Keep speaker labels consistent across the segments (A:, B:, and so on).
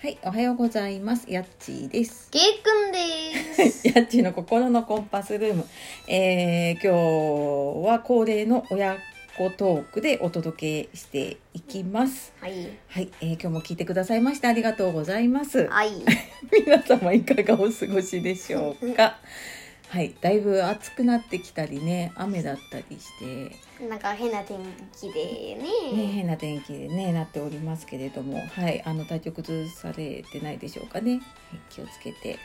A: はい、おはようございます。やっちーです。
B: けいくんです。
A: やっちーの心のコンパスルーム。えー、今日は恒例の親子トークでお届けしていきます。
B: はい。
A: はい、えー今日も聞いてくださいましてありがとうござい ます。
B: はい。
A: 皆様いかがお過ごしでしょうか。はい、だいぶ暑くなってきたりね、雨だったりして、
B: なんか変な天気で
A: ね、
B: ね。
A: 変な天気でねなっておりますけれどもはいあの体調崩されてないでしょうかね、はい、気をつけて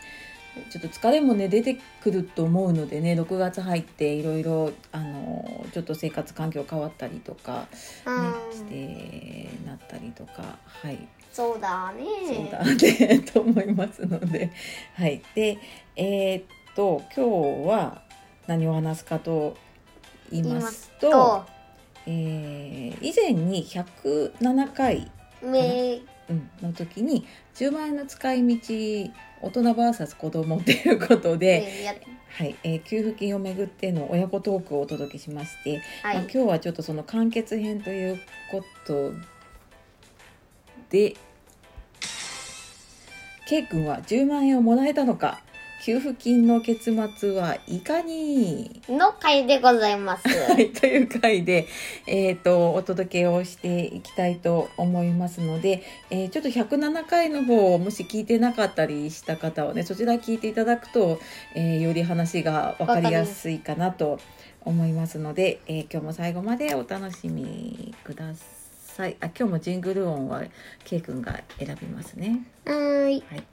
A: ちょっと疲れもね出てくると思うのでね6月入っていろいろあのちょっと生活環境変わったりとか、
B: う
A: ね
B: ん、
A: してなったりとかはい
B: そうだね。
A: そうだねと思いますのではいでえーっと今日は何を話すかと言いますと。
B: と、
A: えー以前に107回、
B: め、
A: うんの時に10万円の使い 道大人 VS 子供ということで、
B: ねや
A: はいえー給付金をめぐっての親子トークをお届けしまして、ま
B: は
A: あ、
B: い
A: 今。日はちょっとその完結編ということで K 君は10万円をもらえたのか給付金の結末はいかに
B: の回でございます。
A: はい、という回で、えー、とお届けをしていきたいと思いますので、えーちょっと107回の方をもし聞いてなかったりした方はねそちら聞いていただくと、えーより話が分かりやすいかなと思いますので、えー今日も最後までお楽しみください。あ今日もジングル音は K 君が選びますね。
B: はーい
A: はい。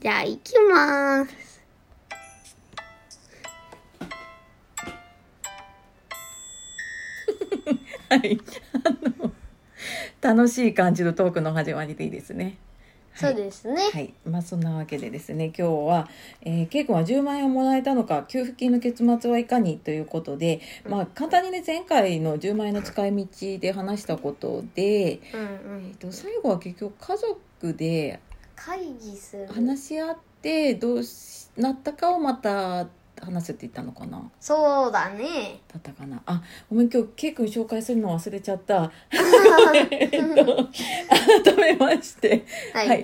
B: じゃあ、行きまーす。
A: はい、あの楽しい感じのトークの始まりでいいですね。はい
B: そうですね。
A: はい、まあそんなわけでですね、今日は、えー、ケイ君は10万円をもらえたのか、給付金の結末はいかにということで、まあ簡単にね、前回の10万円の使い道で話したことで、
B: うんう
A: えっ
B: ん。
A: と、最後は結局家族で
B: 会議する。
A: 話し合って、どうしなったかをまた話すって言ったのかな
B: そうだ ね。
A: だったかなあ、ごめん、今日ケイ君紹介するの忘れちゃった。えっ と、改めまして。
B: はい。
A: は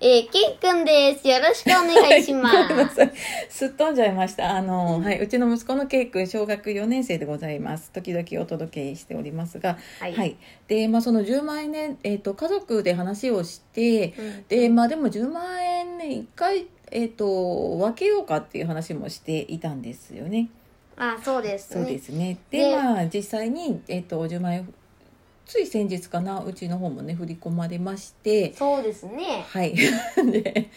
B: えー、けいくんです。よろしくお願いし ま
A: ごめんな
B: す。
A: さい。すっ飛んじゃいました。あの、はい、うちの息子のケイ君、小学4年生でございます。時々お届けしておりますが、
B: は
A: はい。。で、まあ、その10万円ね、えっ、と、家族で話をして、
B: うん
A: で、まあ、でも10万円ね、一回、えっ、と、分けようかっていう話もしていたんですよね。
B: あ、そうです、
A: そ
B: ね。
A: うですね。で、
B: で
A: まあ、実際に、えっ、と、10万円、つい先日かな、うちの方もね、振り込まれまして、
B: そうですね。
A: はい。 で、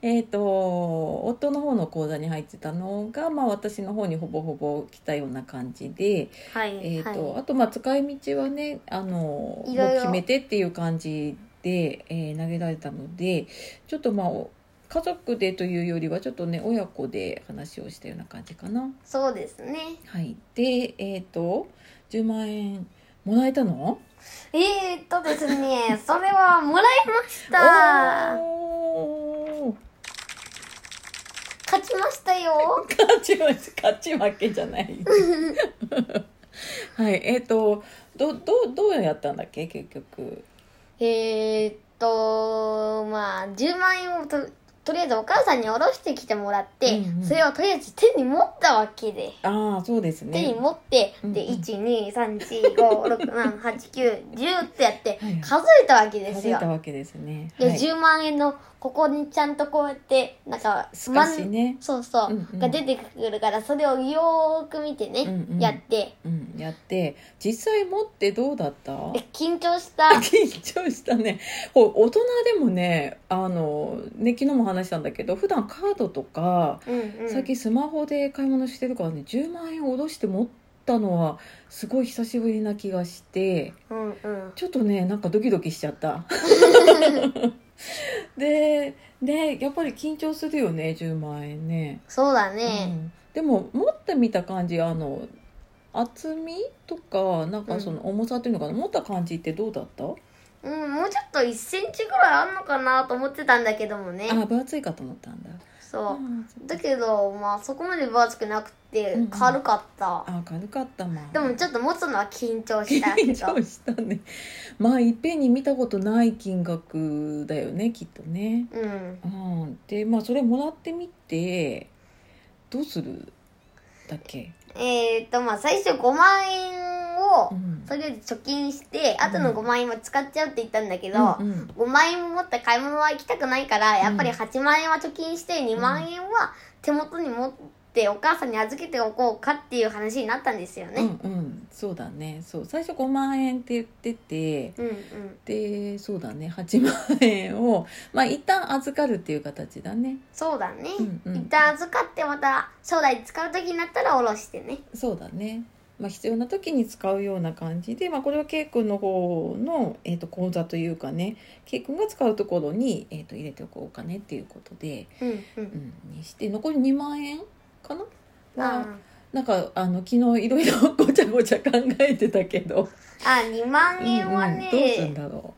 A: えっ、と、夫の方の口座に入ってたのが、まあ私の方にほぼほぼ来たような感じで、
B: はい。
A: えっ、と、
B: はい、
A: あとまあ使い道はね、あの、
B: いろ
A: も
B: いろ
A: う決めてっていう感じで、えー投げられたので、ちょっとまあ、お家族でというよりはちょっとね親子で話をしたような感じかな。
B: そうですね。
A: はい、でえっ、と10万円もらえたの
B: えー、っとですね、 それはもらいました。
A: おー
B: 勝ちましたよ。
A: 勝ち負け勝ち負けじゃない。 はい、えっ、と、ど、どう、どうやったんだっけ、結局。
B: えー、っと、まあ、10万円をと、とりあえずお母さんに下ろしてきてもらって、
A: うんうん
B: それをとりあえず手に持ったわけで。
A: ああ、そうです
B: 手に
A: ね。
B: 持って、
A: うんうん
B: で、1、2、3、4、5、6、7、8、9、10ってやって
A: はいはい、
B: 数えたわけです
A: 数え
B: よ。
A: たわけですね。
B: で、
A: はい、
B: 10万円のここにちゃんとこうやってなんか
A: すかしね。
B: そうそう、
A: うんうん
B: が出てくるからそれをよーく見てね、
A: うんうん
B: やって
A: うん、やって、実際持ってどうだった。
B: え緊張した
A: 緊張したね。こう大人でもね、あの、ね、昨日も話したんだけど、普段カードとか。
B: うんうん
A: 最近スマホで買い物してるからね、10万円を脅して持ったのは。すごい久しぶりな気がして。
B: うんうん
A: ちょっとねなんかドキドキしちゃった ででやっぱり緊張するよね10万円ね、
B: そうだ
A: う
B: ね、
A: んでも持ってみた感じあの厚みとかなんかその重さっていうのかな、持った感じってどうだった
B: うんもうちょっと1センチぐらいあんのかなと思ってたんだけどもね
A: あ分厚いかと思ったんだ
B: そうう。
A: ん
B: だけど、まあそこまで分厚くなくて
A: うん
B: 軽かった。
A: あ軽かったまあ
B: でもちょっと持つのは緊張したけ
A: 緊
B: ど
A: 張。したねまあいっぺんに見たことない金額だよねきっとね、
B: うん。
A: うん、でまあそれもらってみてどうするだっけ、
B: えー、っと、まあ最初5万円を
A: う、ん
B: とりあえず貯金して、後の5万円は使っちゃうって言ったんだけど、
A: うんうん
B: 5万円持って買い物は行きたくないから、やっぱり8万円は貯金して、2万円は手元に持ってお母さんに預けておこうかっていう話になったんですよね。
A: うんうんそうだねそう最初5万円って言ってて
B: うん、うん、
A: でそうだね8万円をまあ一旦預かるっていう形だね
B: そうだね、
A: うんうん
B: 一旦預かってまた将来使う時になったらおろしてね。
A: そうだね、まあ、必要な時に使うような感じで、まあ、これは K 君の方の、えー、と口座というかね K 君が使うところに、えー、と入れておこうかねっていうことで、
B: うん、う。
A: うんん、にして残り2万円かな
B: あ
A: はなんかあの昨日いろいろごちゃごちゃ考えてたけど、
B: あ、2万円は
A: うんうんどうするん
B: ね、
A: だろ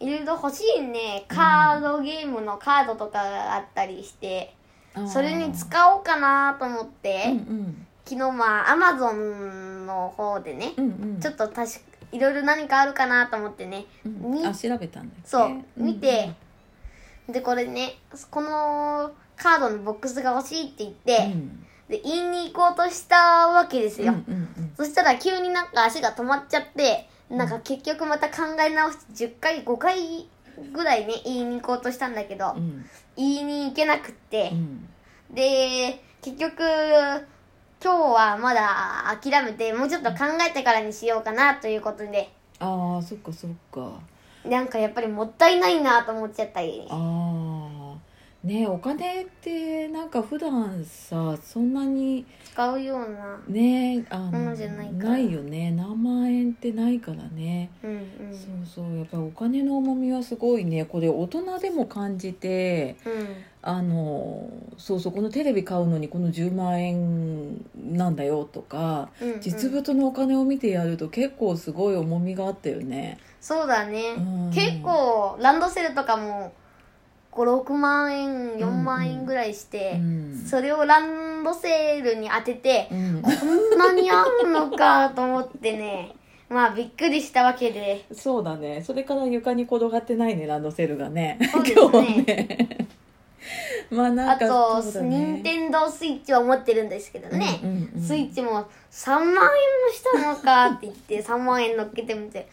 B: いろいろ欲しいね、カードゲームのカードとかがあったりして、
A: うあー
B: それに使おうかなと思って、
A: うんうん
B: 昨日まあ、アマゾンの方でね、
A: うんうん
B: ちょっと確かいろいろ何かあるかなと思ってね
A: うん
B: み
A: あ調べたんだよね
B: そうん
A: ん
B: 見て、でこれねこのカードのボックスが欲しいって言
A: う
B: って、
A: ん
B: で言いに行こうとしたわけです
A: うんう
B: よ、
A: んうん
B: そしたら急になんか足が止まっちゃってなんか結局また考え直して10回5回ぐらいね言いに行こうとしたんだけど、
A: うん
B: 言いに行けなくって
A: う、ん
B: で結局今日はまだ諦めてもうちょっと考えてからにしようかなということで
A: ああそっかそっか
B: なんかやっぱりもったいないなと思っちゃったり
A: ああねお金ってなんか普段さそんなに
B: 使うような
A: ねあ
B: も
A: の
B: のじゃないから
A: よね何万円ってないからね、
B: うんう
A: そ
B: ん
A: うそうやっぱりお金の重みはすごいねこれ大人でも感じて
B: うん
A: あのそうそうこのテレビ買うのにこの10万円なんだよとか
B: うんうん
A: 実物のお金を見てやると結構すごい重みがあったよね、
B: そうだね
A: うん
B: 結構ランドセルとかも56万円4万円ぐらいし
A: う
B: て
A: ん
B: それをランドセルに当てて
A: うん
B: こんなにあんのかと思ってねまあびっくりしたわけで
A: そうだね。それから床に転がってないね、ランドセルがね。
B: そうですね
A: 今日はね。まあな
B: あ
A: んか
B: と
A: そうだ
B: 任
A: ね。
B: 天堂スイッチを持ってるんですけどね、
A: うんうんうん
B: スイッチも3万円もしたのかって言 って3万円乗っけてみて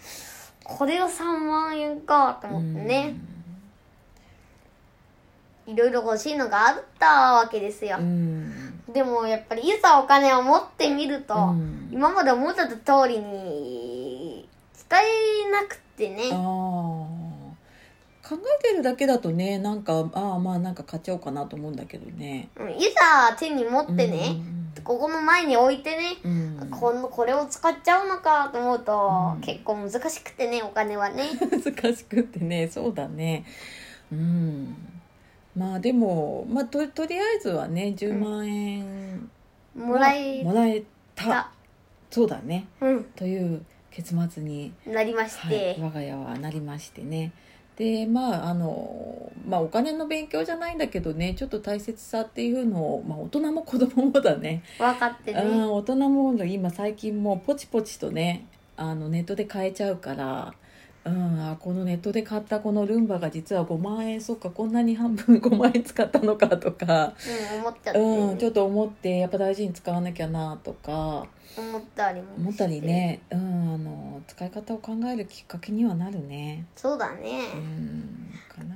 B: これは3万円かと思ってね、いろいろ欲しいのがあったわけですよ
A: う、ん。
B: でもやっぱりいざお金を持ってみると、
A: うん
B: 今まで思ってた通りに使えなくて
A: あ
B: ね
A: あ。考えてるだけだとね、なんか、ああまあなんか買っちゃおうかなと思うんだけどね。
B: うんいざ手に持ってね、
A: う
B: ここの前に置いてね、
A: んうんうん。
B: このこれを使っちゃうのかと思うと、
A: うん
B: 結構難しくてねお金 はね
A: 難しくってねそうだねうんまあでも、まあ、ととりあえずはね10万円は
B: もらえ
A: もらえた
B: た
A: そうだね
B: うん
A: という結末に、
B: なりまし
A: は
B: て、
A: い、我が家はなりましてねでまああの、まあ、お金の勉強じゃないんだけどねちょっと大切さっていうのを、まあ、大人も子供もだね
B: 分かって
A: あ
B: ね
A: ー大人も今最近もうポチポチとねあのネットで買えちゃうから、うん、あーこのネットで買ったこのルンバが実は5万円そっかこんなに半分 5万円使ったのかとか、
B: うん思っちゃって、
A: うん、ちょっと思ってやっぱ大事に使わなきゃなとか
B: 思ったりもして
A: 思ったりね、うん、あの使い方を考えるきっかけにはなるね。
B: そうだね
A: うん、かな。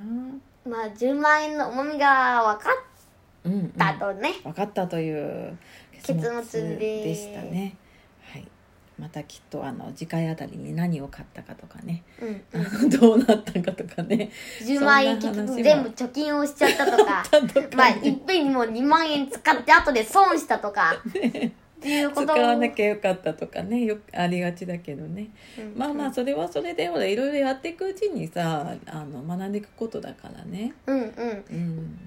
B: まあ10万円の重みが分かっ
A: うん、うん
B: たとね、
A: 分かったという結
B: 結末
A: 末
B: で
A: でしたね。はい、またきっとあの次回あたりに何を買ったかとかね、
B: うんう ん
A: どうなったかとかね、
B: 10万円結局全部貯金をしちゃっ たとか
A: ちゃんと考え
B: まあいっぺんにもう2万円使って後で損した とかっていうこと
A: 使わなきゃよかったとかね、よくありがちだけどね。
B: うん
A: まあまあそれはそれでほらいろいろやっていくうちにさ、あの学んでいくことだからね。
B: うんうん
A: うん、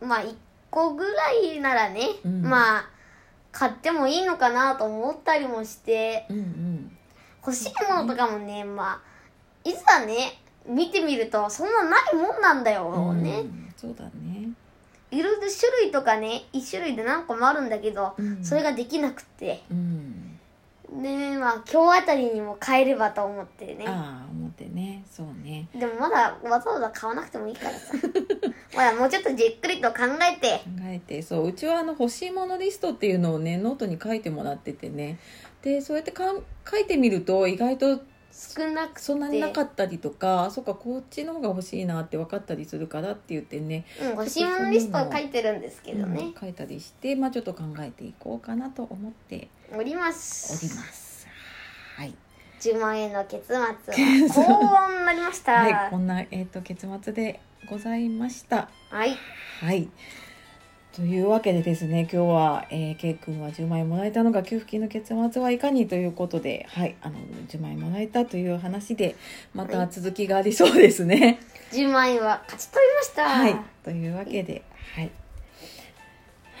B: まあ1個ぐらいならね、
A: うん
B: まあ買ってもいいのかなと思ったりもして
A: うん、うん。
B: 欲しいものとかもね、まあ、いざね、見てみると、そんなないもんなんだよね。
A: うんそうだね。
B: いろいろ種類とかね1種類で何個もあるんだけど
A: うん
B: それができなくて
A: うん
B: でまあ今日あたりにも買えればと思ってね
A: ああ思ってねそうね
B: でもまだわざわざ買わなくてもいいから さまだもうちょっとじっくりと考えて
A: 考えてそううちはあの欲しいものリストっていうのをねノートに書いてもらっててねでそうやってかん書いてみると意外と
B: 少なく
A: そんなになかったりとかあそっかこっちの方が欲しいなって分かったりするからって言ってね
B: うん欲しいものリストを書いてるんですけど
A: う
B: ね
A: ん、書いたりして、まあ、ちょっと考えていこうかなと思って
B: おりま
A: おり
B: す
A: ます。はい
B: 10万円の結末 は高温になりました、
A: はい、こんな、えー、と結末でございました。
B: はい
A: はいというわけでですね今日は、えー、K 君は10万円もらえたのか給付金の結末はいかにということで、はい、あの10万円もらえたという話でま
B: は
A: た
B: い
A: 続きがありそうですね。
B: 10万円は勝ち取りました
A: はい、というわけで、はい、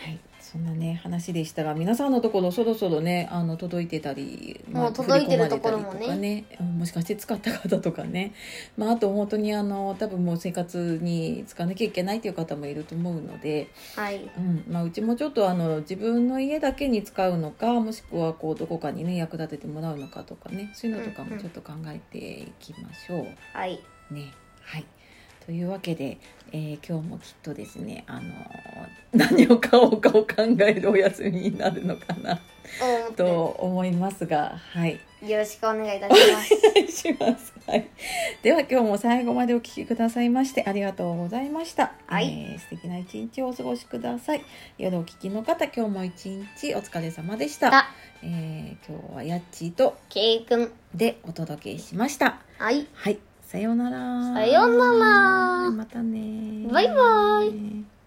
A: はい、そんなね話でしたが皆さんのところそろそろねあの届いてたり、まあ
B: もう届いてるところもね
A: 振り込まれたりとかねもしかして使った方とかね、まあ、あと本当にあの多分もう生活に使わなきゃいけないという方もいると思うので、
B: はい
A: うんまあ、うちもちょっとあの自分の家だけに使うのかもしくはこうどこかにね役立ててもらうのかとかねそういうのとか
B: うんう
A: も
B: ん
A: ちょっと考えていきましょう。
B: はい
A: ねはいというわけで、えー今日もきっとですねあの何を買おうかを考えるお休みになるのかな
B: 思って
A: と思いますがはい
B: よろしくお願いいたします。
A: お願いします、はい、では今日も最後までお聞きくださいましてありがとうございました、
B: はい
A: えー素敵な一日をお過ごしください夜お聞きの方今日も一日お疲れ様でした
B: だ、
A: えー今日はやっちーと
B: けいくん。
A: でお届けしました
B: はい。
A: はい、さようなら。
B: さようなら
A: またね。
B: バイバイ。